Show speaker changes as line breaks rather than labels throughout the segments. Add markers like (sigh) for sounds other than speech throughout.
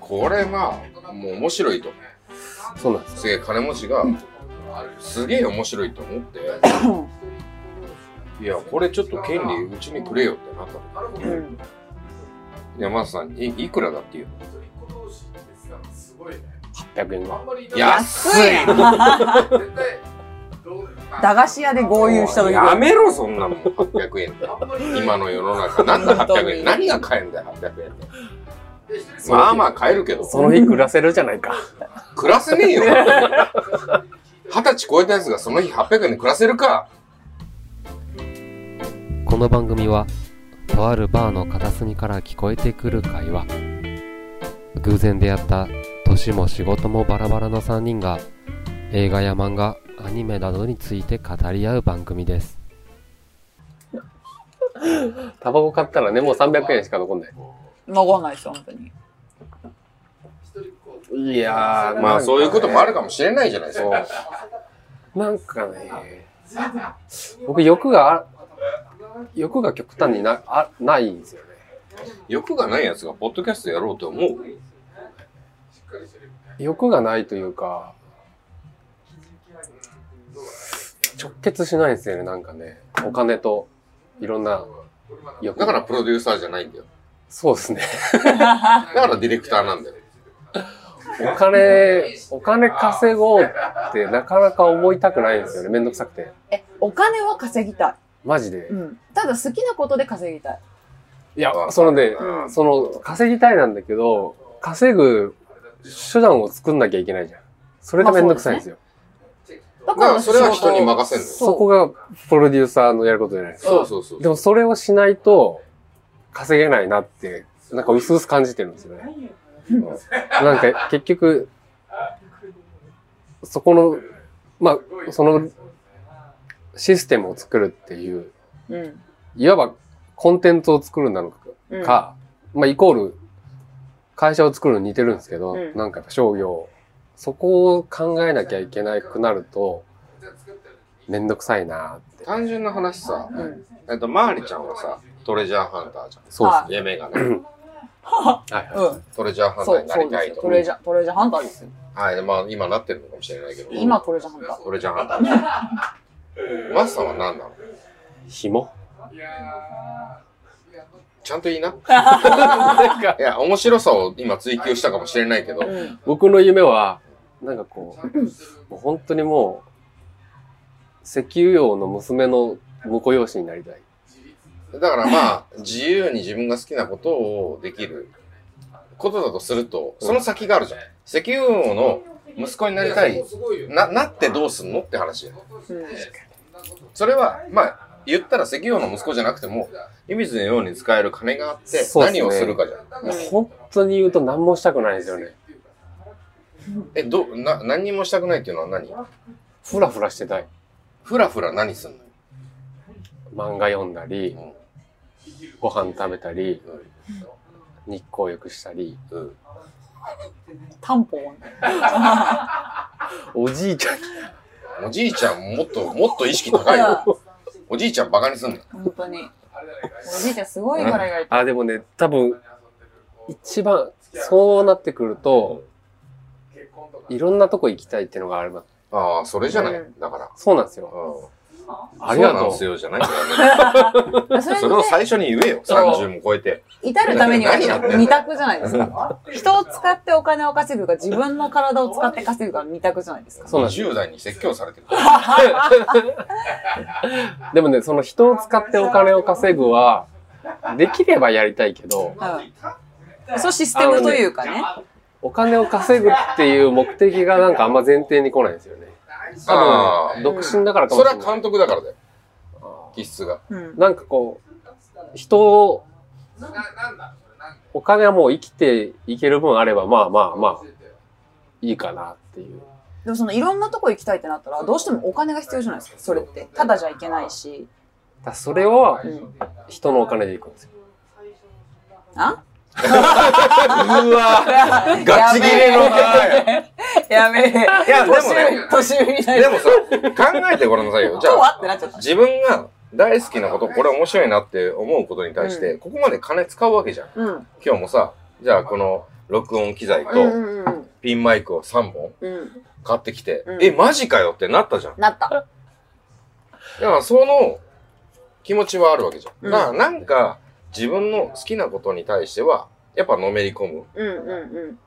これがもう面白いと
そうなんです
すげえ金持ちがすげえ面白いと思っていやこれちょっと権利うちにくれよってなった時に
うん
山田さんにいくらだっていう
800円ぐらい
の安い
駄菓子屋で豪遊した時
やめろそんなもん800円で今の世の中なんだ800円何が買えんだよ800円でまあまあ買えるけど
その日暮らせるじゃないか
暮らせねえ
(laughs)
よ二十歳超えたやつがその日800円で暮らせるか
この番組はとあるバーの片隅から聞こえてくる会話偶然出会った年も仕事もバラバラの3人が映画や漫画アニメなどについて語り合う番組です
タバコ買ったらねもう300円しか残んない
残んないですよ本当に
いやー
まあそういうこともある
か
かもしれないじゃないですか
なんかね僕欲が欲が極端になあないんですよね
欲がないやつがポッドキャストやろうと思う
欲がないというか直結しないんですよねなんかねお金といろんな欲
だからプロデューサーじゃないんだよ
そうですね
だからディレクターなんだよ
お金お金稼ごうってなかなか思いたくないんですよねめんどくさくて
えお金は稼ぎた
マジで
い、うん、ただ好きなことで稼ぎたい
いやそのね
うん
その稼ぎたいなんだけど稼ぐ手段を作んなきゃいけないじゃんそれがめんどくさいんですよ
だ
だからそれは
仕事を
人に任せんのよ
そこがプロデューサーのやることじゃないですか
そうそうそう
でもそれをしないと稼げないなって、なんか薄々感じてるんですよね。なんか結局、そこの、まあ、そのシステムを作るっていう、
うん
いわばコンテンツを作るなの
うん
か、まあイコール会社を作るのに似てるんですけど、
うん
なんか商業、そこを考えなきゃいけなくなると、めんどくさいなって。
単純な話さ
うん
えっとマーリちゃんはさトレジャーハンターじゃん
そう
は
夢がね
はいはい
うん
トレジャーハンタ
そ
ー
う
にな
そう
り
で
た
す
い
よ
と
トレジャートレジャーハンターですよ
はいまあ今なってるのかもしれないけど
今トレジャーハンター
トレジャーハンターマスさんは何なの
紐 (laughs)
ちゃんといいないや面白さを今追求したかもしれないけど
うん
僕の夢は、なんかこう、もう本当にもう、石油王の娘の婿養子になりたい。
だからまあ自由に自分が好きなことをできることだとするとその先があるじゃん石油王の息子になりたいななってどうすんのって話
うん
それはまあ言ったら石油王の息子じゃなくても湯水のように使える金があって
そうっすね
何をするかじゃん、
もう本当に言うと何もしたくないんですよね。
えどな何にもしたくないっていうのは何
ふらふらしてたい。
ふらふら何すんの
漫画読んだり、ご飯食べたり、日光浴したり。
うん
タンポン
おじいちゃん、
おじいちゃんもっともっと意識高いよおじいちゃんバカにすんの
本当におじいちゃんすごいから意外と
あ、でもね、多分、一番、そうなってくると、いろんなとこ行きたいっていうのがあれば、
ああそれじゃない、
う
だから
そうなんですよ。
うん
ありが
そうなん
と
です
う。
よじゃないんだよね
そ (laughs) れ
それを最初に言えよ
そう
30も超えて
至るためには
何やってんの
二択じゃないですか人を使ってお金を稼ぐか自分の体を使って稼ぐか二択じゃないですか
そうなんですよ。
10代に説教されてる
でもね、その人を使ってお金を稼ぐは、できればやりたいけど、
うんそうシステムというかね
お金を稼ぐっていう目的がなんかあんま前提に来ないんですよね。
ああ
独身だからかも
そ
し
れ
れ
は
ない
監。督だからだよ気質が
うん
なんかこう、人を、お金はもう生きていける分あれば、まあまあまあ、いいかなっていう。
でもそのいろんなとこ行きたいってなったらどうしてもお金が必要じゃないですかそれってただじゃいけないし
だからそれを
うん
人のお金でいくんですよ。
あ
うわガチ切れの
やべえやべえ。
いや、でもね、
年上にな
で
る。
もさ、考えてごらんなさいよ。じゃ
今日は
あ、
ってなっちゃった。
自分が大好きなこと、これ面白いなって思うことに対して、ここまで金使うわけじゃん。
うん。
今日もさ、じゃあこの録音機材
うんう
と
んうん
ピンマイクを3本
うん。うん。
買ってきて
う、ん
え、マジかよってなったじゃん。
なった。
だからその気持ちはあるわけじゃん。
うん
だからなんか自分の好きなことに対しては、やっぱのめり込む。
うんうん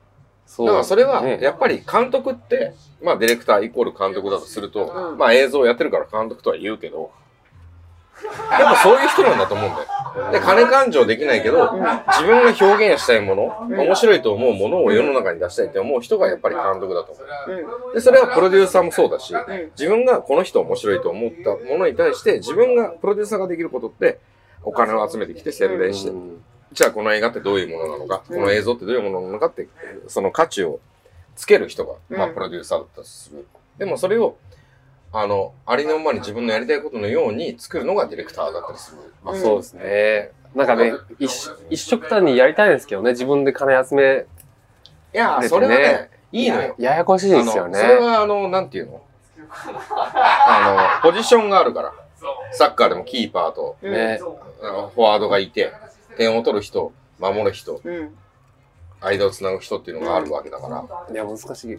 そ
だからそれは、
ね
やっぱり監督って、まあディレクターイコール監督だとすると、
うん
まあ映像やってるから監督とは言うけど、やっぱそういう人なんだと思うんだよ。で、金感情できないけど、
うん。うん。
自分が表現したいもの、
うん
面白いと思うものを世の中に出したいって思う人がやっぱり監督だと思
う
う。で、それはプロデューサーもそうだし、
うん
自分がこの人面白いと思ったものに対して、自分がプロデューサーができることって、お金を集めてきて宣伝して、
うん
じゃあこの映画ってどういうものなのか、
うん
この映像ってどういうものなのかって、その価値をつける人が、まあ
うん
プロデューサーだったとする。でもそれを、あの、ありのままに自分のやりたいことのように作るのがディレクターだったりする。
まあ、そうですね。なんかね、一一色単にやりたいんですけどね、自分で金集め。
いやー、
ですね
それはね、いいのよ。
ややこしいですよ
あのそれ
ね。
はあの、なんていうのあの、ポジションがあるから。サッカーでもキーパーと、
うん
ね
あのフォワードがいて、点を取る人、守る人、
うん。
間をつなぐ人っていうのがあるわけだから。
いや、難しい。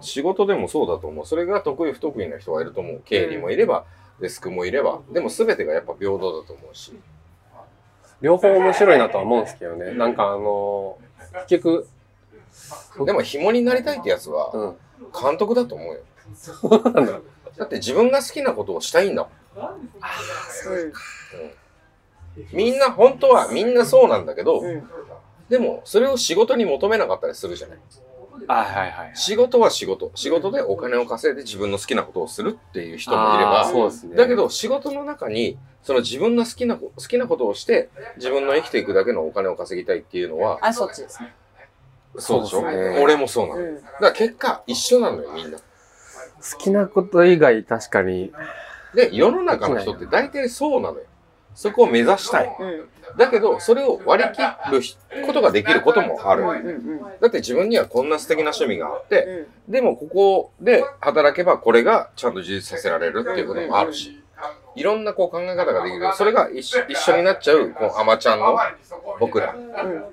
仕事でもそうだと思う。それが得意不得意な人がいると思う。経理もいれば、デスクもいれば、でも全てがやっぱ平等だと思うし。
両方面白いなとは思うんですけどね。なんかあのー、結局、
でも紐になりたいってやつは、
うん。
監督だと思うよ。
そうなんだ。
だって自分が好きなことをしたいんだもん。
うん
みんな、本当はみんなそうなんだけど、
うん。
でも、それを仕事に求めなかったりするじゃない。
あ (laughs) はいはい。
仕事は仕事。仕事でお金を稼いで自分の好きなことをするっていう人もいれ
あー
ば、
そうですね。
だけ、ど仕事の中に、その自分の好きなこ、好きなことをして、自分の生きていくだけのお金を稼ぎたいっていうのは、
あ、そっちですね。
そうでしょ
そうですね
俺もそうなの。
う
だ
ん。
から結果、一緒なのよ、みんな。
好きなこと以外確かに、
で、世の中の人って大体そうなのよ。そこを目指したい。
うん。
だけど、それを割り切るひことができることもあ
う
る。
んうんうん。
だって自分にはこんな素敵な趣味があって、
うん
でもここで働けばこれがちゃんと充実させられるっていうこともあるし、いろんなこう考え方ができるけど、それが一緒一緒になっちゃう、このアマちゃんの僕ら。好
うん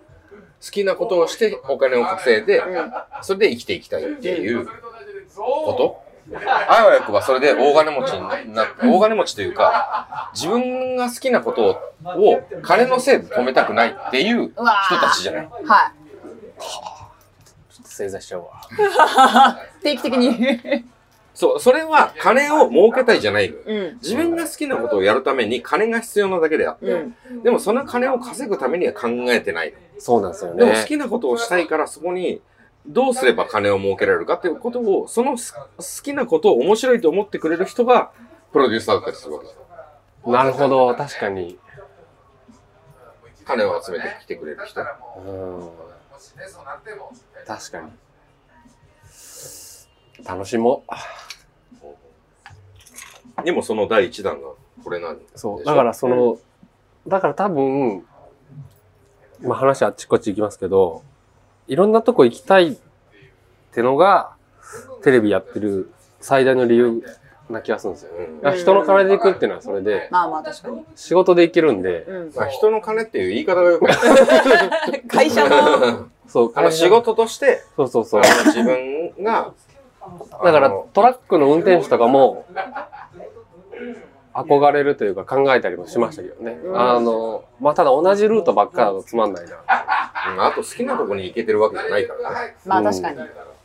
きなことをしてお金を稼いで、
うん
それで生きていきたいっていうことあわよくばそれで大金持ちになって、大金持ちというか、自分が好きなことを金のせいで止めたくないっていう人
うわー
たちじゃない。
は
ちょっと正座しちゃうわ。
い。定期的に。
そう、それは金を儲けたいじゃないのよ。
うん。
自分が好きなことをやるために金が必要なだけであって、
うん。
でもその金を稼ぐためには考えてない
そうなんですよ
の。でも好
ね。
きなことをしたいからそこにどうすれば金を儲けられるかっていうことを、そのす好きなことを面白いと思ってくれる人がプロデューサーだったりするわけです。
なるほど、確かに。
金を集めてきてくれる人。
うん。確かに。楽しもう。
でもその第一弾がこれなんでし
そ
ょ
う。だからその、だから多分、まあ話あっちこっち行きますけど、いろんなとこ行きたいってのが、テレビやってる最大の理由な気がするんですよ。
うん
だから人の金で行くっていうのはそれで、
まあまあ確かに。
仕事で行けるんで、
うん。
まあ、人の金っていう言い方がよくない。
会社の。
そう、
あの仕事として、
そうそうそう。
あの自分が、
(laughs) だか
あ
ら
の
トラックの運転手とかも憧れるというか考えたりもしましたけどね。
うん
あの、まあ、ただ同じルートばっかだとつまんないな。
うんあと好きなとこに行けてるわけじゃないからね。
まあ確かに。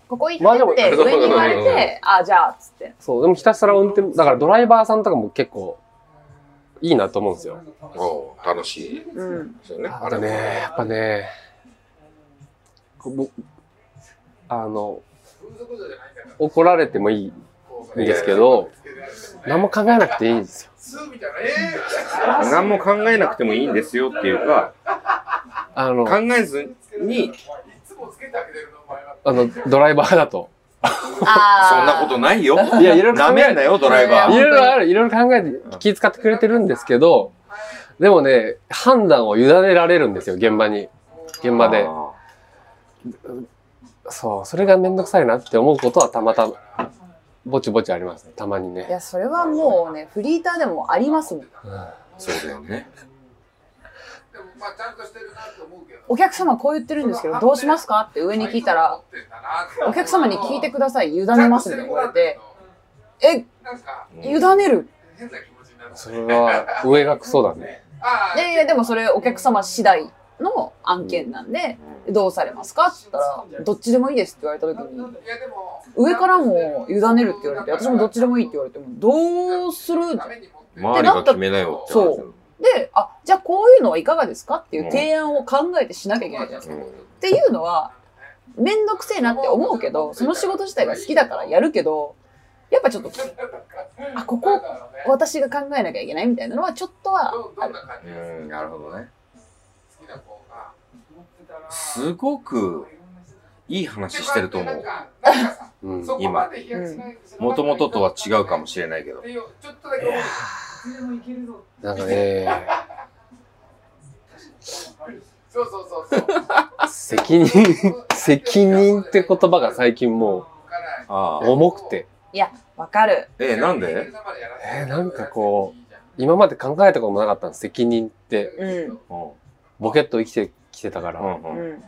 ここ行ってって
まあでも
上に言われて、あ、じゃあ、つって。
そう、でもひたすら運転、だからドライバーさんとかも結構いいなと思うんですよ。
おう楽しい
うん。
ですよね。
あれね、やっぱね、こう僕あの、怒られてもいいんですけど、何も考えなくていいんですよ。
何も考えなくてもいいんですよっていうか、
あの、
考えずに、
あのドライバーだと。
ああ。
そんなことないよ。
いや、いろいろ
な
考
め
え
んなよ、ドライバ
い
ー。
ろいろある、いろいろ考えて気遣ってくれてるんですけど、でもね、判断を委ねられるんですよ、現場に。現場で。
あ
そう、それがめんどくさいなって思うことはたまたま、ぼちぼちありますね。たまに
い
ね。
や、それはもうね、フリーターでもありますもん。
うん
そうだよね。
お客様こう言ってるんですけど、どうしますかって上に聞いたら、お客様に聞いてください、委ねますって言われて、え、委ねる
それは、上がクソだね。
いやいや、でもそれお客様次第の案件なんで、どうされますかって言ったら、どっちでもいいですって言われた時に、上からも委ねるって言われて、私もどっちでもいいって言われても、どうするじゃん。
周りが決めなよって話だよ
そう。で、あ、じゃあこういうのはいかがですかっていう提案を考えてしなきゃいけないじゃないですか。
う
っていうのは、めんどくせえなって思うけど、その仕事自体が好きだからやるけど、やっぱちょっと、あ、ここ私が考えなきゃいけないみたいなのはちょっとはある。
ん、うん、なるほどね。すごくいい話してると思う。
うん。
今、もともととは違うかも
し
しれないけど。
れない。ちょっとだけ思う
なんかね、
そうそうそうそう。
責任、責任って言葉が最近も
あ
う、
あ。
重くて、
いや、わかる。
え、なんで
えーなんかこ今まで考えたこともなかったの、責任って。
うん。
うん。
ボケっと生きてきてたから。
うん
う
うん
ん。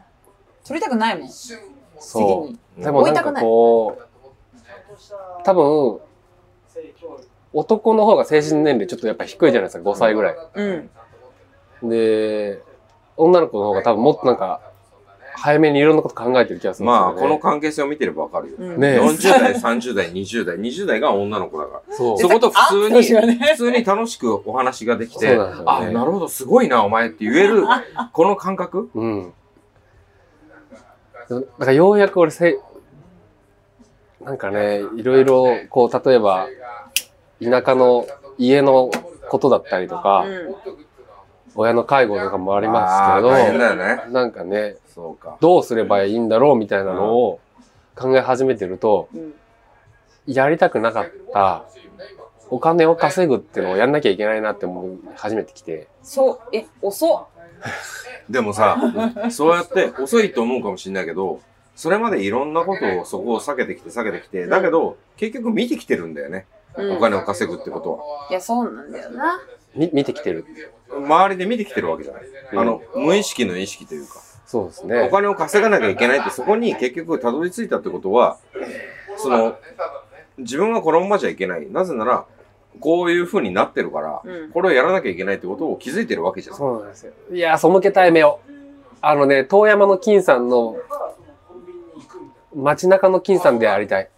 取りたくないもん、
一瞬
次
そ
に。
う。でもなんかこう、多分、男の方が精神年齢ちょっとやっぱ低いじゃないですか、5歳ぐらい。
うん。
で、女の子の方が多分もっとなんか、早めにいろんなこと考えてる気がするんです
まあ、
よ、ね。
この関係性を見てればわかるよ。
うん
ねえ
40代、30代、20代、20代が女の子だから。
そう。
そこと普通
あ
に、
そうだね
普通に楽しくお話ができ
そう
て、
なんですよね
あ、なるほど、すごいな、お前って言える、この感覚
うん。だからようやく俺せ、なんかね、いろいろ、こう、例えば、田舎の家のことだったりとか、
うん
親の介護とかもありま
あー大変
す
だよね
け。ど、なんかね、
そうか。
どうすればいいんだろうみたいなのを考え始めてると、
うん
やりたくなかった、お金を稼ぐっていうのをやんなきゃいけないなって思い始めてきて、
そう、え、遅っ。
でもさ、そうやって遅いと思うかもしれないけど、それまでいろんなことをそこを避けてきて避けてきて、だけど、結局見てきてるんだよね。
うん
お金を稼ぐってこと
いや、そうなんだよな。
み見てきてる。
は。周りで見てきてるわけじゃない。
うん
あの、無意識の意識というか。
そうです
お
ね。
金を稼がなきゃいけないって、そこに結局たどり着いたってことは、その、自分はこのままじゃいけない。なぜなら、こういう風になってるから、
うん
これをやらなきゃいけないってことを気づいてるわけじゃん。
そうなんですよ。いやー、背けたい目を。あのね、遠山の金さんの、街中の金さんでありたい。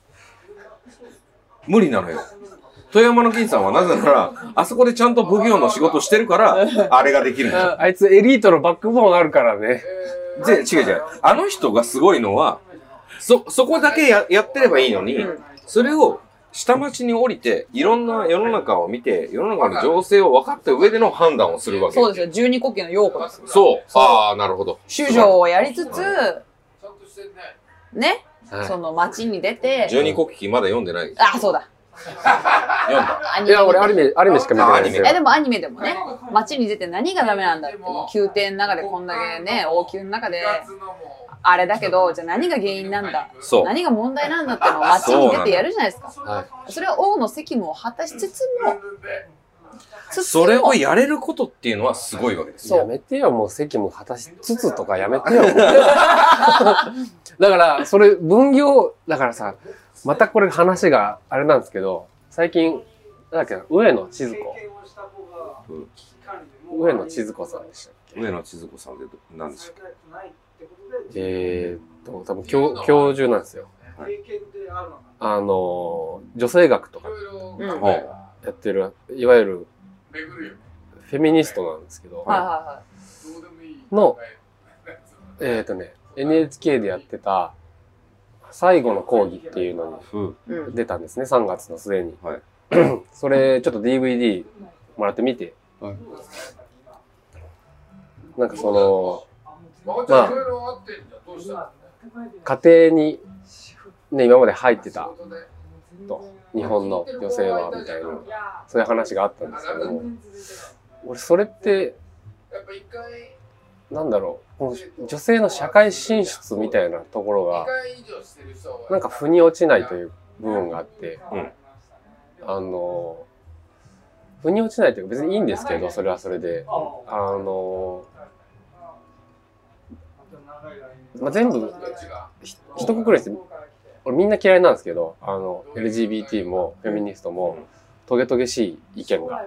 無理なのよ。富山の金さんはなぜなら、あそこでちゃんと奉行の仕事してるから、あれができるんだ。
あいつエリートのバックボーンあるからね。
で、違う違う。あの人がすごいのは、そ、そこだけややってればいいのに、それを下町に降りて、いろんな世の中を見て、世の中の情勢を分かった上での判断をするわけ。
そうですよ、12国旗の陽子です。
そう。ああ、なるほど。
首相をやりつつ、ね、
はい
その街に出て、
十二国旗まだ読んでないです。
あ、そうだ。
読んだ。
アニ
い
メ
や、俺アニメ、アニメしか見てないんですよ
あアニメ
え、でもアニメでもね、街に出て何がダメなんだって、もう宮廷の中でこんだけね、王宮の中で、あれだけど、じゃあ何が原因なんだ、
そう。
何が問題なんだってのを街に出てやるじゃないですか。
はい。
それは王の責務を果たしつつも、つつも
それをやれることっていうのはすごいわけです。
そう
やめてよ、もう席も果たしつつとかやめてよ。 (laughs) もうだから、それ、分業、だからさ、またこれ話があれなんですけど、最近、なんだっけな、上野千鶴子。上野千鶴子さんでしたっけ
上野千鶴子さんで、なんでしょう。
えー、っと、多分教、教授なんですよ。
はい
あの、女性学とか
うん
は
はいい。
やってる、いわゆるフェミニストなんですけど、
はいはいはい。
のえー、っとね、NHK でやってた、最後の講義っていうのに
うん。
うん。
出たんですね、3月の末に。
はい
(clears throat) それ、ちょっと DVD もらってみて。
はい
なんかそ
ま
まあ
あ、
の、家庭に、ね、今まで入ってた、と
と、
日本の女性は、みたいな、そういう話があったんですけども、俺、それって、なんだろう、もう女性の社会進出みたいなところが、なんか腑に落ちないという部分があって、
うん
あの、腑に落ちないというか別にいいんですけど、それはそれで。あの、まあ、全部、ひ一括りにして、俺みんな嫌いなんですけど、あの、LGBT もフェミニストも、トゲトゲしい意見が、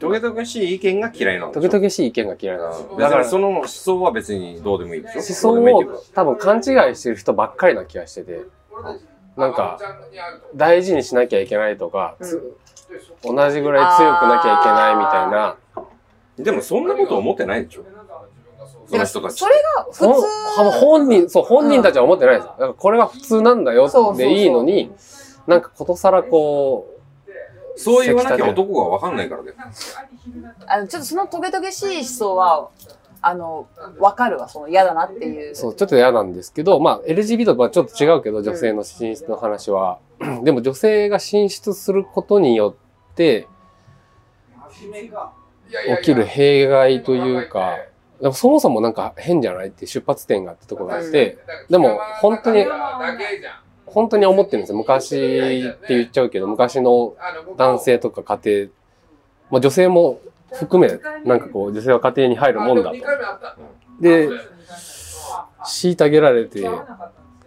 トゲトゲしい意見が嫌いなん
ト
で
ゲ
し
ト
ょ
ゲしい意見が嫌いなんです
うん
だ
だ
か
かららその思想は別にどうでもいいでしょ
思
ど
想
うでもいいっていう
を
か
多分勘違いしてる人ばっかりな気がしてて、なんか、大事にしなきゃいけないとか、つ同じぐらい強くなきゃいけないみたいな、
でもそんなこと思ってないでしょその人たち
それが普通
ほんほ本人、そう、本人たちは思ってないです。だからこれが普通なんだよ
そうそ
っ
うそう
ていいのに、なんかことさらこ
そう言わなきゃ男がわかんないからだよ
あのちょっとそのトゲトゲしい思想はあの分かるわその嫌だなっていう
う、そう、ちょっと嫌なんですけど、まあ、LGBT とはちょっと違うけど、女性の進出の話は。 (clears throat) でも女性が進出することによって起きる弊害というか、でもそもそもなんか変じゃないって出発点があってところがあって、でも本当に本当に思ってるんですよ。昔って言っちゃうけど、昔の男性とか家庭、まあ女性も含め、なんかこう、女性は家庭に入るもんだと。で、虐げられて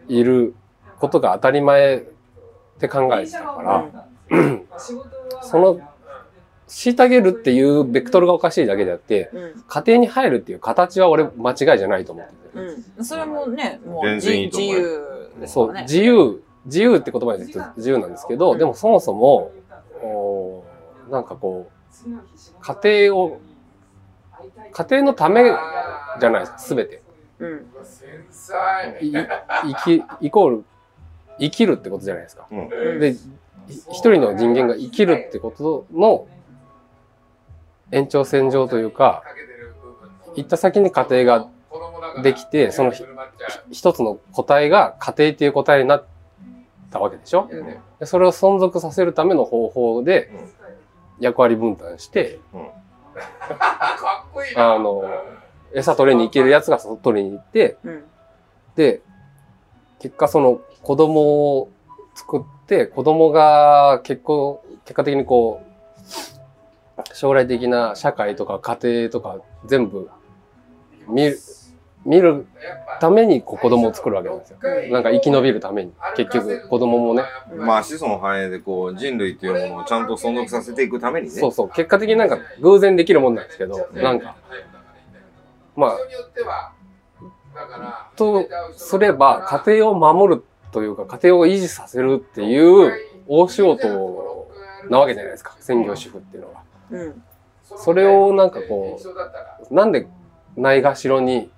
いることが当たり前って考えてたから、その、虐げるっていうベクトルがおかしいだけであって、
うん
家庭に入るっていう形は俺間違いじゃないと思ってて。
うん、それもねもう
全
自
然いいと
自
思うよ
由ですか
そう、
らね
自由、自由って言葉で言うと自由なんですけど、でもそもそも、おーなんかこう、家庭を、家庭のためじゃないです、すべて。
うん
い生き、イコール、生きるってことじゃないですか。で、い一人の人間が生きるってことの延長線上というか、行った先に家庭ができて、そのひ一つの個体が家庭っていう個体になったわけでしょ
うん
でそれを存続させるための方法で役割分担して、あの、餌取りに行けるやつが取りに行って、
うん
で、結果その子供を作って、子供が結婚、結果的にこう、将来的な社会とか家庭とか全部見る、見るためにこう子供を作るわけなんですよ。なんか生き延びるために。結局子供もね。
まあ子孫繁栄でこう人類というものをちゃんと存続させていくためにね
そうそう。結果的になんか偶然できるもんなんですけど、なんか、まあ、とすれば家庭を守るというか家庭を維持させるっていう大仕事なわけじゃないですか専業主婦っていうのは。
うん
それをなんかこうなんでないがしろに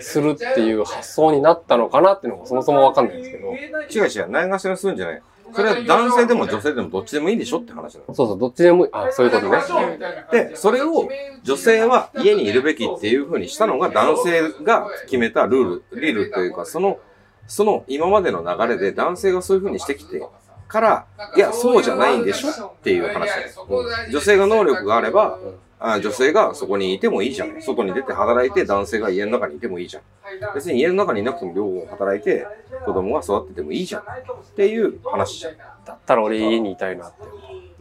するっていう発想になったのかなっていうのがそもそもわかんないんですけど
違う違うないがしろにするんじゃないそれは男性でも女性でもどっちでもいいでしょって話なの
そうそうどっちでもいいあそういうことね。
でそれを女性は家にいるべきっていうふうにしたのが男性が決めたルールリールというかそのその今までの流れで男性がそういうふうにしてきてからいやそうじゃないんでしょっていう話なんですうん女性が能力があればあ女性がそこにいてもいいじゃん外に出て働いて男性が家の中にいてもいいじゃん別に家の中にいなくても両方働いて子供が育っててもいいじゃんっていう話じゃん
だったら俺家にいたいなって。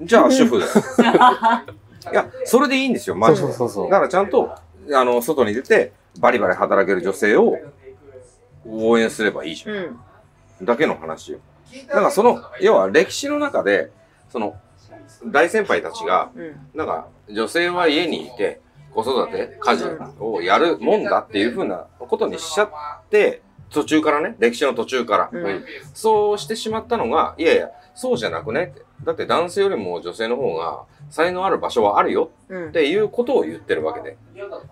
じゃあ主婦だよいやそれでいいんですよマジで
そうそうそう
だからちゃんとあの外に出てバリバリ働ける女性を応援すればいいじゃ
うん
んだけの話よなんかその要は歴史の中でその大先輩たちが
うん
なんか女性は家にいて子育て家事をやるもんだっていうふうなことにしちゃって途中からね歴史の途中から、
うん
そうしてしまったのがいやいやそうじゃなくねってだって男性よりも女性の方が才能ある場所はあるよ
うん
っていうことを言ってるわけで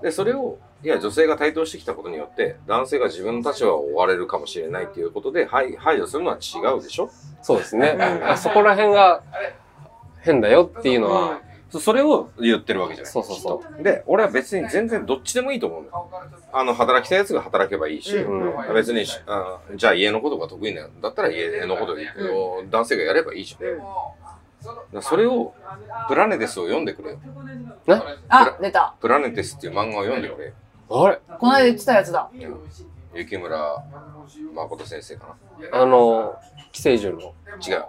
でそれをいや女性が台頭してきたことによって男性が自分の立場を追われるかもしれないっていうことで排排除するのは違うでしょ
そうですね。
うん
あそこら辺が変だよっていうのは、
そそれを言ってるわけじゃない
そうそうそう。
で俺は別に全然どっちでもいいと思うんだよあの働きたいやつが働けばいいし、
うん
別にしあじゃあ家のことが得意なんだったら家のことを男性がやればいいじゃん、だからそれをプラネテスを読んでくれよ
あ出た
プラネテスっていう漫画を読んでくれよ
あれ
この間言ってたやつだ。
雪村誠先生か
あの、寄生獣の。
違う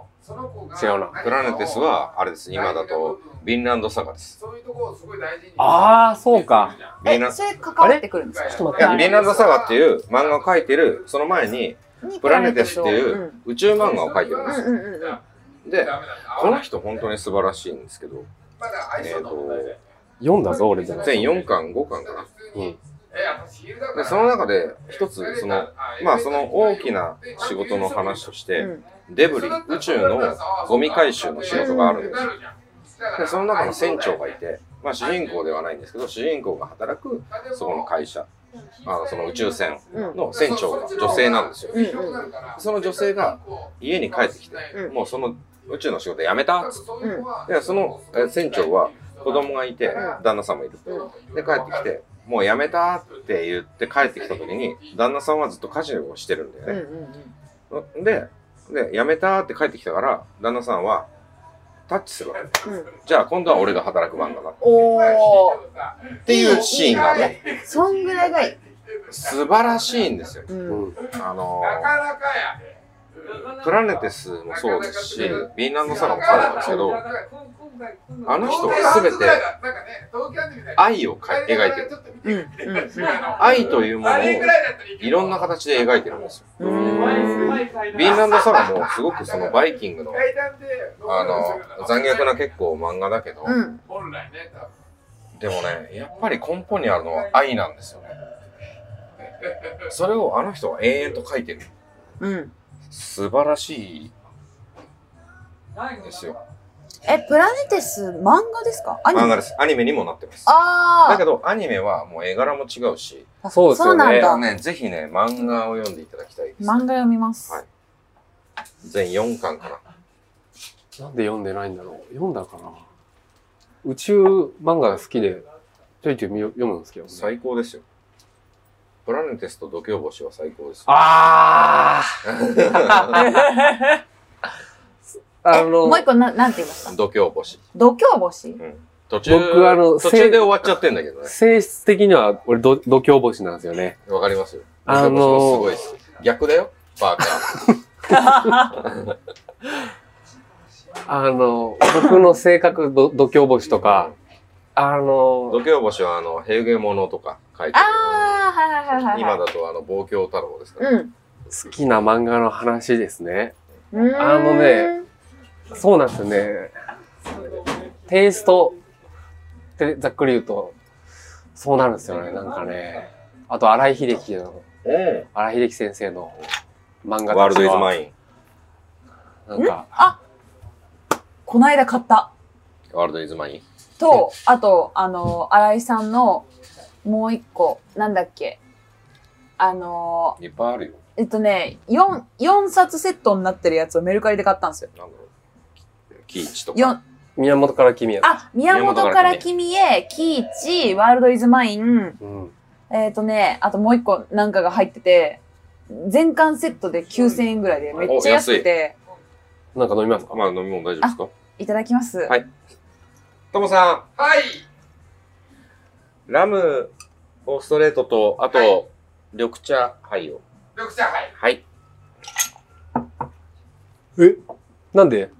違うな
な。プラネテスは、あれです。今だと、ヴィンランドサガです。
そういうとこをすごい大事に
ああ、そうか。
ヴィンラ
え、
ン
それ関わってくるんですか
ちょっと
いや、ヴ
待っ
ィン
て。
ランドサガっていう漫画を描いてる、その前に、
に
プラネテスってい
プラネ
う宇宙漫画を描いてるん
テ
で
スを
す
うんうんうんうん。
よ。で、この人本当に素晴らしいんですけど、
まだ相性の問題だよね
読んだぞ、俺でも。
全4巻、5巻かな。
うん。
で、その中で、一つ、その、まあ、その大きな仕事の話として、デブリ、宇宙のゴミ回収の仕事があるんですよ。で、その中の船長がいて、まあ、主人公ではないんですけど、主人公が働く、そこの会社、あのその宇宙船の船長が女性なんですよ。
うんうんうん。
その女性が家に帰ってきて、
うん
もうその宇宙の仕事辞めたっつって
うん
でそのえ船長は子供がいて、旦那さんもいる。で、帰ってきて、もう辞めたって言って帰ってきた時に、旦那さんはずっと家事をしてるんだよね。
うんうん
で、で、辞めたって帰ってきたから、旦那さんは、タッチするわけ。
うんうん。
じゃあ今度は俺が働く番だな。っ
おお。
ていうシーンがある。
そんぐらいがいい。
素晴らしいんですよ。
う。
うんん。
あの
なかなかや。
ー、プラネテスもそうですし、ヴ
う
ィンランドサガもそうなんですけど、あの人は全て愛をか描いてる。
うんうん
愛というものをい
い
ろんな形で描いてるんですよ。
う
ヴ
ん。
ィンランドサガもすごくそのバイキングの、あの、残虐な結構漫画だけど、
うん。
本来ね、多分
でもね、やっぱり根本にあるのは愛なんですよね。それをあの人は延々と書いてる。
うん。
素晴らしいですよ。
え、プラネテス漫画ですかアニ
漫画
メ
です。アニメにもなってます。だ
あ
けど、アニメはもう絵柄も違うし、
あ。
そうですよね
そうなん
えー
だ。
ね、ぜひね、漫画を読んでいただきたいです。
漫画読みます。
はい全4巻かな。
なんで読んでないんだろう。読んだかな。宇宙漫画が好きで、ちょいちょい見よ読むんですけどね。
最高ですよ。プラネテスと度胸星は最高ですよ。
あ
(laughs)
ああ
え、
の
もう、一個な、なんて言いました
度胸星。
度胸星
途中、
僕あの
途中で終わっちゃってんだけどね。
性質的には俺ど、度胸星なんですよね。
わかりますよ。
あのー
度胸星もすごいです。逆だよ、バーカー。
あの、僕の性格、ど度胸星とか、あ
度
の、
胸星はあの、ヘーゲモノとか書いて
あ
る。
あ、はいはいはいはい。
今だとあの、望郷太郎ですから、
うん。
好きな漫画の話ですね。
うーん
あのね。そうなんですよね。テイストってざっくり言うと、そうなるんですよね。なんかね。あと、荒井秀樹の、
う
荒井秀樹先生の漫
ん。
画
ワールドイズマ
イ
イン。
なんか、
こないだ買った。
ワールドイズマイン。
と、あと、あの、新井さんの、もう一個、なんだっけ。あの、
いっぱいあるよ。
えっとね、4、四冊セットになってるやつをメルカリで買ったんですよ。
なんだろう。キイチとか。
四
宮本から君や。
あ、宮本
宮本
か
からら
君へ、キイチ、ワールドイズマイン、
うん。
えっ、とね、あともう一個なんかが入ってて、全巻セットで9000円ぐらいで、めっちゃ安くて、
なんか飲みますか
まあ飲み物大丈夫ですか
いただきます。
はいともさ
はい。
ん、ラムをストレートと、あと、
はい
緑茶杯を。
緑茶はい。
はい。
えなんで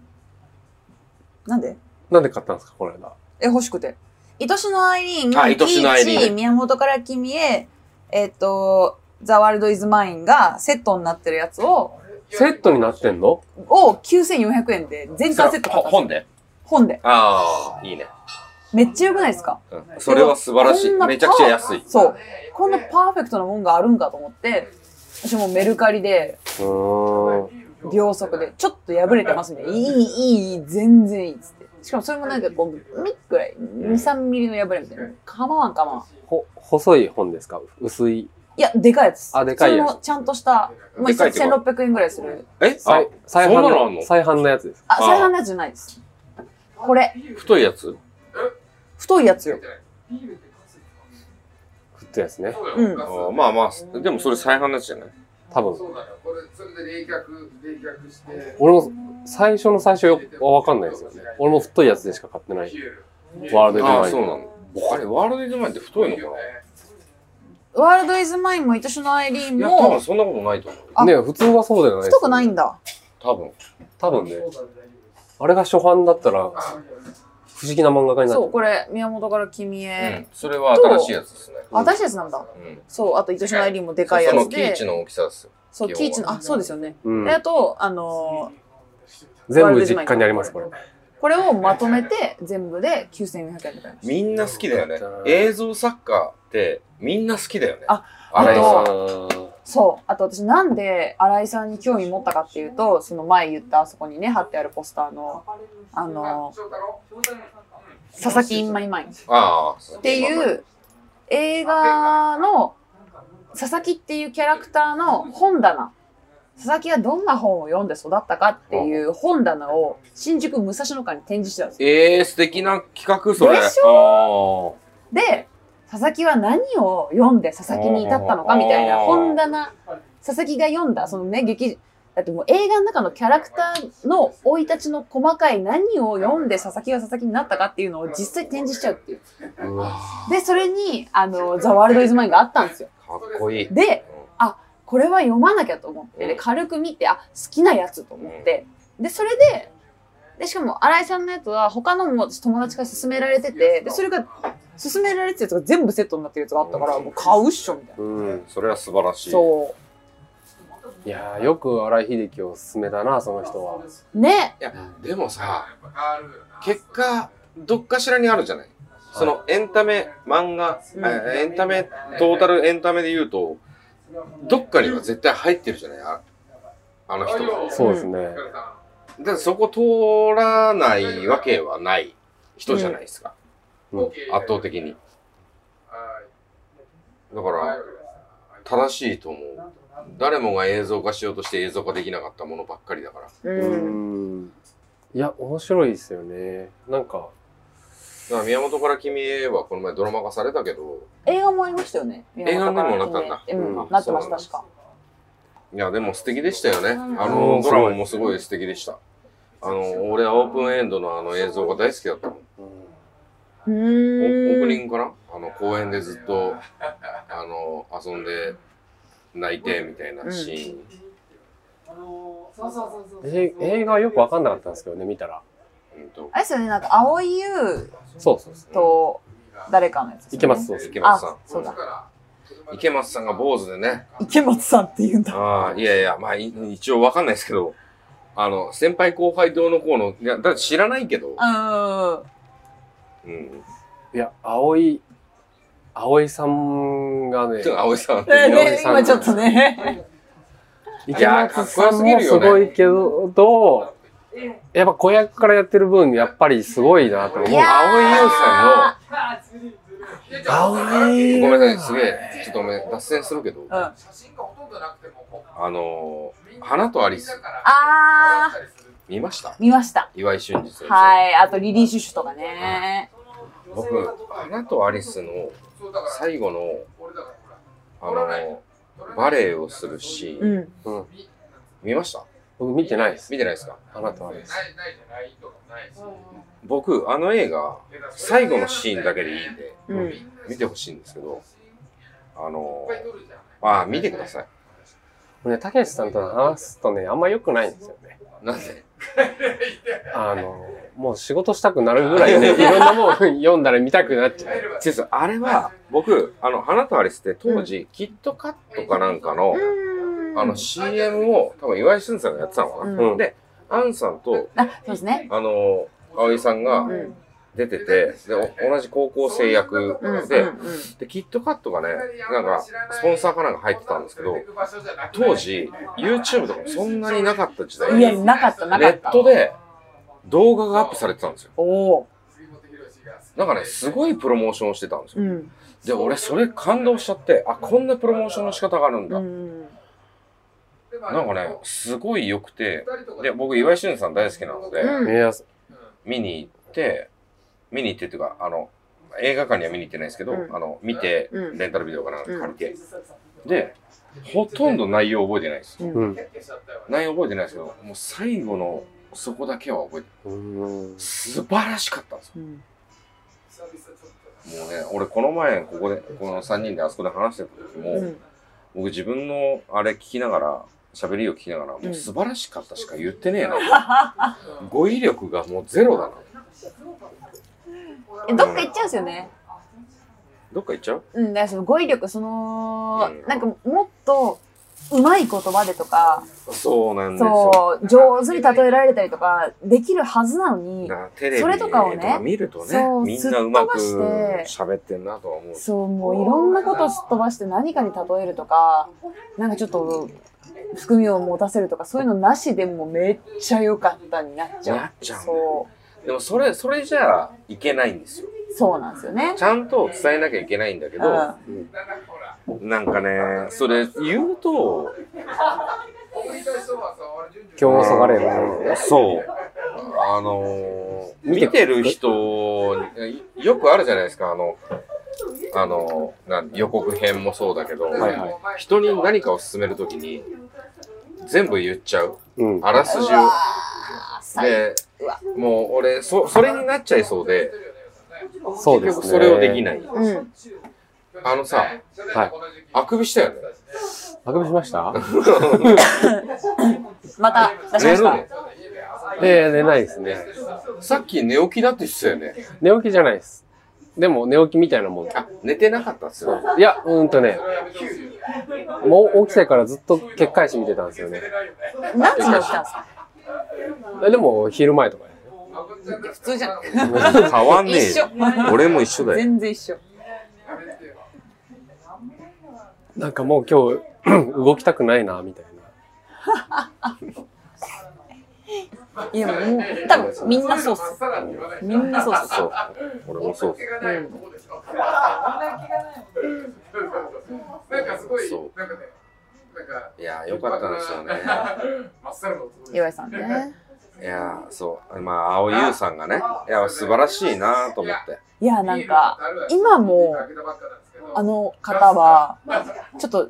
なんで
なんで買ったんですかこの間。
え、欲しくて。愛しのアイリーン、
あ
キ
愛しのアイリーンね
イチ、宮本から君へ、えっ、と、ザ・ワールド・イズ・マインがセットになってるやつを、
セットになってんの
を9400円で、全巻セット買ったんですよ
本で
本で。
ああ、いいね。
めっちゃ良くないですか
うん。それは素晴らしい。
こんな
めちゃくちゃ安い。
そう。こんなパーフェクトなもんがあるんかと思って、私もうメルカリで、
うーん。
秒速で、ちょっと破れてますね。いい、いい、いい、全然いいっつって。しかもそれもなんかこう、ミッくらい、2、3ミリの破れみたいな。かまわんかまわん。
ほ、細い本ですか薄い。
いや、でかいやつ。
あでかいやつ
普通のちゃんとした、もう
でかいってこと
1600円ぐらいする。
えあ
再、再
そ
販
んなのあん
の
の
再販のやつです。
あ、
あ
再販のやつじゃないです。これ、
太いやつ
太いやつよ。
食ったやつね。
そう
う
だ
ん
あ
よ
ーまあまあ、でもそれ再販のやつじゃない
多分。
そうだよ。これそれで冷却冷却して。
俺も最初の最初よはわかんないですよね。俺も太いやつでしか買ってない。ワールドイズマイン
ああ、そうなの。あれ、ワールドイズマインって太いのかな
ワールドイズマインも、いとしのアイリーン
いや、多
も
分、そんなことないと思う。
あ
ね普通はそうだよね。
太くないんだ。
多分。
多分ね。あれが初版だったら、不思議な漫画家にな
そ
る
う、。これ、宮本から君
う
へ。
ん。それは新しいやつですね。
あ私たちなんだ。
うん。
そう、あと、いとしのアイリーンもでかいや
その
つ
キー
で
チ。の大きさですよ。
そう、キーチの、あ、そうですよね。
うん
で、あと、あの
全部実家にあります、これ。
ー、これをまとめて、全部で9400円で買いました。
みんな好きだよね
そうだっ。た
映像作家ってみんな好きだよね。
あ
あ
あ
れ
と
さ。
そう。あと私なんで新井さんに興味持ったかっていうと、その前言ったあそこにね、貼ってあるポスターの、あの、佐々木インマイマインっ
ああ。って
い。う映画の佐々木っていうキャラクターの本棚。佐々木がどんな本を読んで育ったかっていう本棚を新宿武蔵野館に展示してたんですよ。
ええ素敵な企画、それ。
でし
ょ
で、佐々木は何を読んで佐々木に至ったのかみたいな
あー
本棚、佐々木が読んだ、そのね、劇、だってもう映画の中のキャラクターの生い立ちの細かい何を読んで佐々木が佐々木になったかっていうのを実際展示しちゃうっていう。
うわ
で、それに、あの、ザ・ワールド・イズ・マインがあったんですよ。
かっこいい。
で、これは読まなきゃと思って、で、
うん
軽く見て、あ、好きなやつと思って。で、それで、で、しかも、新井さんのやつは、他のも私友達から勧められてて、で、それが、勧められてたやつが全部セットになってるやつがあったから、もう買うっしょ、みたいな。
うん。
それは素晴らしい。
そ
いやーよく荒井秀樹をおすすめだな、その人は。
う。ね。
いや、でもさ、
結
結果、どっかしらにあるじゃない。そのエンタメ、漫画、
うん
あエンタメ、トータルエンタメで言うと、どっかには絶対入ってるじゃないああの人が。
そうですね。
だからそこ通らないわけはない人じゃないですか。
うん
圧倒的に。だから、正しいと思う。誰もが映像化しようとして映像化できなかったものばっかりだから。だ
う。
うんん。いや、面白いですよね。なんか、
から宮本から君へはこの前ドラマ化されたけど、
映画もありましたよね。
映画にもなったんだ
うん
う、ん
なってました、確か。
いや、でも素敵でしたよね。
うん
あのドラマもすごい素敵でした。あの、俺はオープンエンドのあの映像が大好きだったもん。
うん
う
オオープニ
ーん。
ングかなあの、公園でずっと、あの、遊んで泣いてみたいなシーン。
え映画はよく分かんなかったんですけどね、見たら。
うんと、
あれですよね、なんか、青井優
そうそうそ
と誰かのやつです
う。い
よね。
けます、そうです。
池松さ
あ
ん、。
そうだ。
池松さんが坊主でね。
池松さんって言うんだ。
ああ、いやいや、まあ、い一応わかんないですけど、あの、先輩後輩どうのこうの、いや、だって知らないけど、
うん。
うん。
いや、葵、葵さんがね
ちょ、っと葵さん。
ね
井上
ね、
さん
今ちょっと
(laughs)
ね。
池松さんもすごいけど、どうやっぱ子役からやってる分、やっぱりすごいなと思
も
う
う、。葵優さんの、ごめんなさい、すげ
え。
え、ちょっとごめん、脱線するけど、
うん。
写真がほとんどなくてもこ
あのー、花とアリス、
あー、
見ました
見ました。
岩井俊二先生。
はい。あと、リリー・シュシュとかね。
僕、花とアリスの最後の、あのー、バレエをするシーン、
うん。
うん。
見ました
僕見てないです。
見てないですか
あなたはです。
僕、あの映画、最後のシーンだけでいいんで、
うん。
見てほしいんですけど、あの
いっぱい撮るじゃん
ー、ああ、見てください。
もうね、たけしさんと話すとね、あんま良くないんですよね。
なんで
あの、もう仕事したくなるぐらいね、いろんなもん読んだら見たくなっちゃう。
違う違うあれは、僕、あの、花とアリスって当時、キットカットかなんかの、
うん。
あの CM を、多分岩井俊二さんがやってたのかな。
うん
で、アンさんと、
あ、そうですね。
あの、葵さんが
うん。
出てて、で、お同じ高校生役
うん。うん。
で、
うん
で、キットカットがね、なんか、スポンサーかなんか入ってたんですけど、当時、YouTube とかもそんなになかった時代
いや、
に、
なかった、な
ネ
かっ
ッ
た。
トで動画がアップされてたんですよ。
おお。
なんかね、すごいプロモーションをしてたんですよ。
うん。
で、俺それ感動しちゃって、あ、こんなプロモーションの仕方があるんだ。
うん。
なんかね、すごい良くて、で、僕、岩井俊二さん大好きなので、
うん
いや、
見に行って、見に行ってっていうか、あの、映画館には見に行ってないですけど、
うん
あの、見て、
うん
レンタルビデオかなんか借りて、で、ほとんど内容覚えてないです。
うん。
内容覚えてないですけど、もう最後のそこだけは覚えてる
うん
素晴らしかったんですよ。
うん。
もうね、俺この前、ここで、この3人であそこで話してた時も、
うん。
僕自分のあれ聞きながら、喋りを聞きながら、もう素晴らしかったしか言ってねえな。語彙力がもうゼロだな。
えどっか行っちゃうんですよね。
どっか行っちゃう
うん、だからその語彙力、その、
うん
なんかもっと、うまい言葉でとか、
そうなんですよ。
そう、上手に例えられたりとか、できるはずなのに
だ、からテレビ
それとかをね
見るとね
そ、う
みんなうまく
すっ飛ばし
喋ってんなとは思う。
そう、もういろんなことすっ飛ばして何かに例えるとか、なんかちょっと、含みを持たせるとか、そういうのなしでもめっちゃ良かったになっちゃう。
なっちゃうね
そ
でもそれ、それじゃいけないんですよ。
う、そうなんですよね。
ちゃんと伝えなきゃいけないんだけど、なんかね、それ言うと、
今日そがれる。
そう。あのー見てる人、よくあるじゃないですか、あの、あのなん予告編もそうだけど、
はいはい
人に何かを勧めるときに、全部言っちゃう。
うん。
あらすじ
うわー
を。
最
で、もう俺そ、それになっちゃいそうで、
そう
結局
ですね。
それをできない。
高うん。
あのさ、
はい。
あくびしたよね。 (laughs)
あくびしました
また出しま
寝
し
る
た。
の
で、寝ないですね。
さっき寝起きだって言ってたよね。
寝起きじゃないです。でも寝起きみたいなもん。
あ、寝てなかったっすよ。
いや、うーんとね、もう起きてからずっと結界誌見てたんですよね。
何時に起きたんですか
えでも、昼前とかね。
普通じゃん。 (laughs)
変わんねえ
一緒
よ。。俺も一緒だよ。
全然一緒。
なんかもう今日、 (clears throat) 動きたくないな、みたい
いや、もう、多分みんなそうっす。みんなそうっす。
そう。俺もそうっす。
なんかすごい、
そう
なんかね、なんか、
いやー、よかったんですよね。
まっさらの男です
岩井さんね。
いやー、そう。まあ、青優さんがね、いや、素晴らしいなと思って。
いや、なんか、今も、あ
の、
の方は、ちょっと、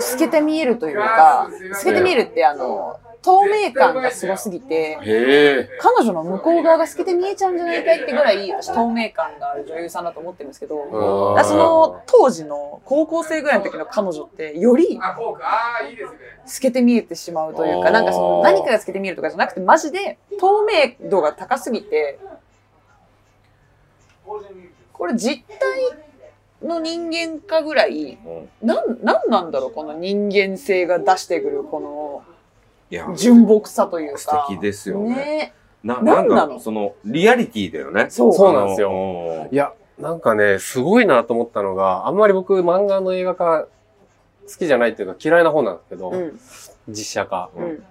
透けて見えるというか、透けて見えるって、あの、透明感がすごすぎて、
へえ。
彼女の向こう側が透けて見えちゃうんじゃないかいってぐらい、私透明感がある女優さんだと思ってるんですけど、だからその当時の高校生ぐらいの時の彼女って、より
あ、こうか、あーいいですね。
透けて見えてしまうという
あ
か、
ー
なんかその何かが透けて見えるとかじゃなくて、マジで透明度が高すぎて、これ実体の人間かぐらい、
うん
なん、なんなんだろう、この人間性が出してくる、こ
いや
の、純朴さというか。
素敵ですよね。
ね
な、
な
なんん
なの
か、その、リアリティだよね。
そう
そうなんですよ
よ
な。い。や、なんかね、すごいなと思ったのが、あんまり僕、漫画の映画化、好きじゃないっていうか嫌いな方なんですけど、
うん。
実写化。
うん。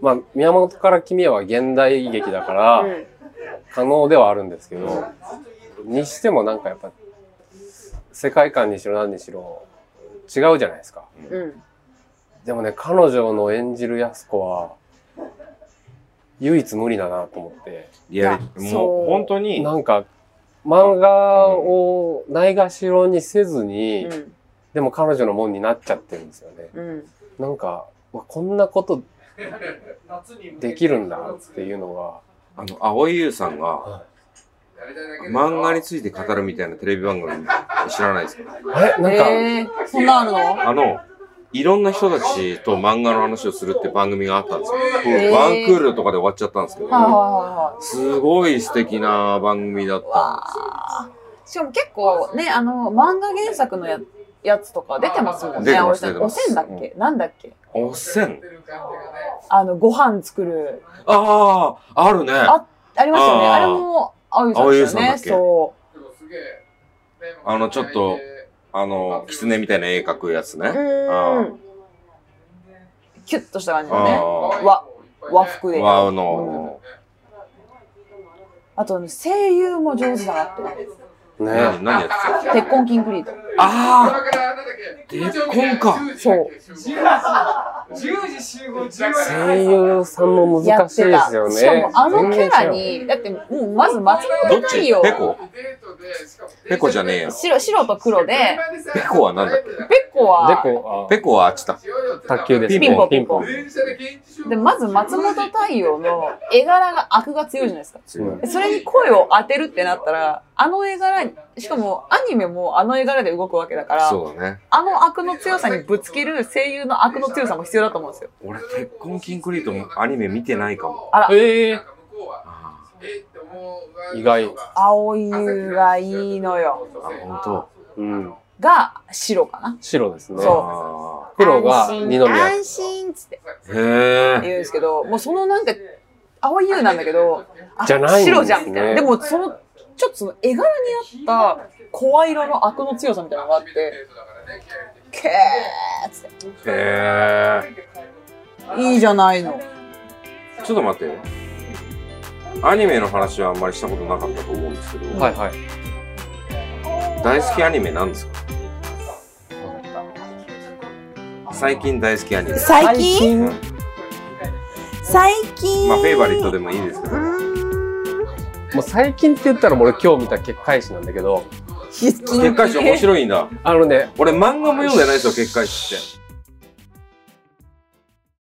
まあ、宮本から君へは現代劇だから、
うん
可能ではあるんですけど、にしてもなんかやっぱ、世界観にしろ何にしろ違うじゃないですか。
うん。
でもね、彼女の演じる安子は、唯一無理だなと思って、
リアリ
い
も
やそ
う、
う
本当に、
なんか、漫画をないがしろにせずに、
うん。
でも彼女のもんになっちゃってるんですよね。
うん。
なんか、うわこんなことできるんだっていうのが、
あの、青井優さんが、
は
漫画について語るみたいなテレビ番組、知らないですか
いえ、なんか、
えー、そんなあるの
あの、いろんな人たちと漫画の話をするって番組があったんですよ。
へー
ワンクールとかで終わっちゃったんですけど、
はいはいはいはい。
すごい素敵な番組だったんですよ。
わーしかも結構ね、あの、漫画原作のややつとか出てますもんね。
出てます
あの
出てます
おせんだっけ、なんだっけ
おっせん。
あの、ご飯作る。
ああ、あるね。
あありましたよね。
あー
あれも、青いさん
青
で
いさんだっ
す
け
よね。そ
あのちょっとあの、狐みたいな絵描くやつ
う。う
ね。
ー
あ
ん。キュッとした感じのね。
あ
わ和服
あ。
で。
わうの。
あと、ね、声優も上手だなって。
ね
ね、
何やってた
鉄痕キンクリート。
ああ
あ
結婚か
そう。
10時集合、10時
声優さんも
や
難
っ
しい
て
で
た。
すよね。
しかもあのキャラ
全然違う。
に、だってもうまず間違えないよ。
どっちペコペコじゃねえよ
白白と黒で、
ペコはなんだっけ
ペコは、
でこ
ペコはあっちだ。
う、卓球です
ピンポ
ね
ン。
ピンポン。
で、まず松本太陽の絵柄が悪が強いじゃないですか。
うん
それに声を当てるってなったら、あの絵柄、しかもアニメもあの絵柄で動くわけだから、
そうだね。
あの悪の強さにぶつける声優の悪の強さも必要だと思うんですよ。
俺、鉄痕キンクリートもアニメ見てないかも。
あら、
ええ。
あ
意外
青い優がいいのよ。
あ、本当。
うん。
が、白かな。
白ですね。
そ
あ
黒が二宮。
安心っつって
ーへえ。
言うんですけど、もうそのなんか、青い優なんだけど、あ
じゃないんですね
白じゃんみたいな。でも、その、ちょっとその絵柄に合った、声色の悪の強さみたいなのがあって、けーっつって、
へえ。
いいじゃないの。
ちょっと待ってよ。アニメの話はあんまりしたことなかったと思うんですけど、
はいはい。
大好きアニメなんですか最近大好きアニメ。
最近
うん
最近
まあ、フェイバリットでもいいですけど。
もう最近って言ったらもう俺今日見た結界誌なんだ
(laughs)
けど、
結界誌面白いんだ。
あのね、
俺漫画も読んでないですよ、結界誌って。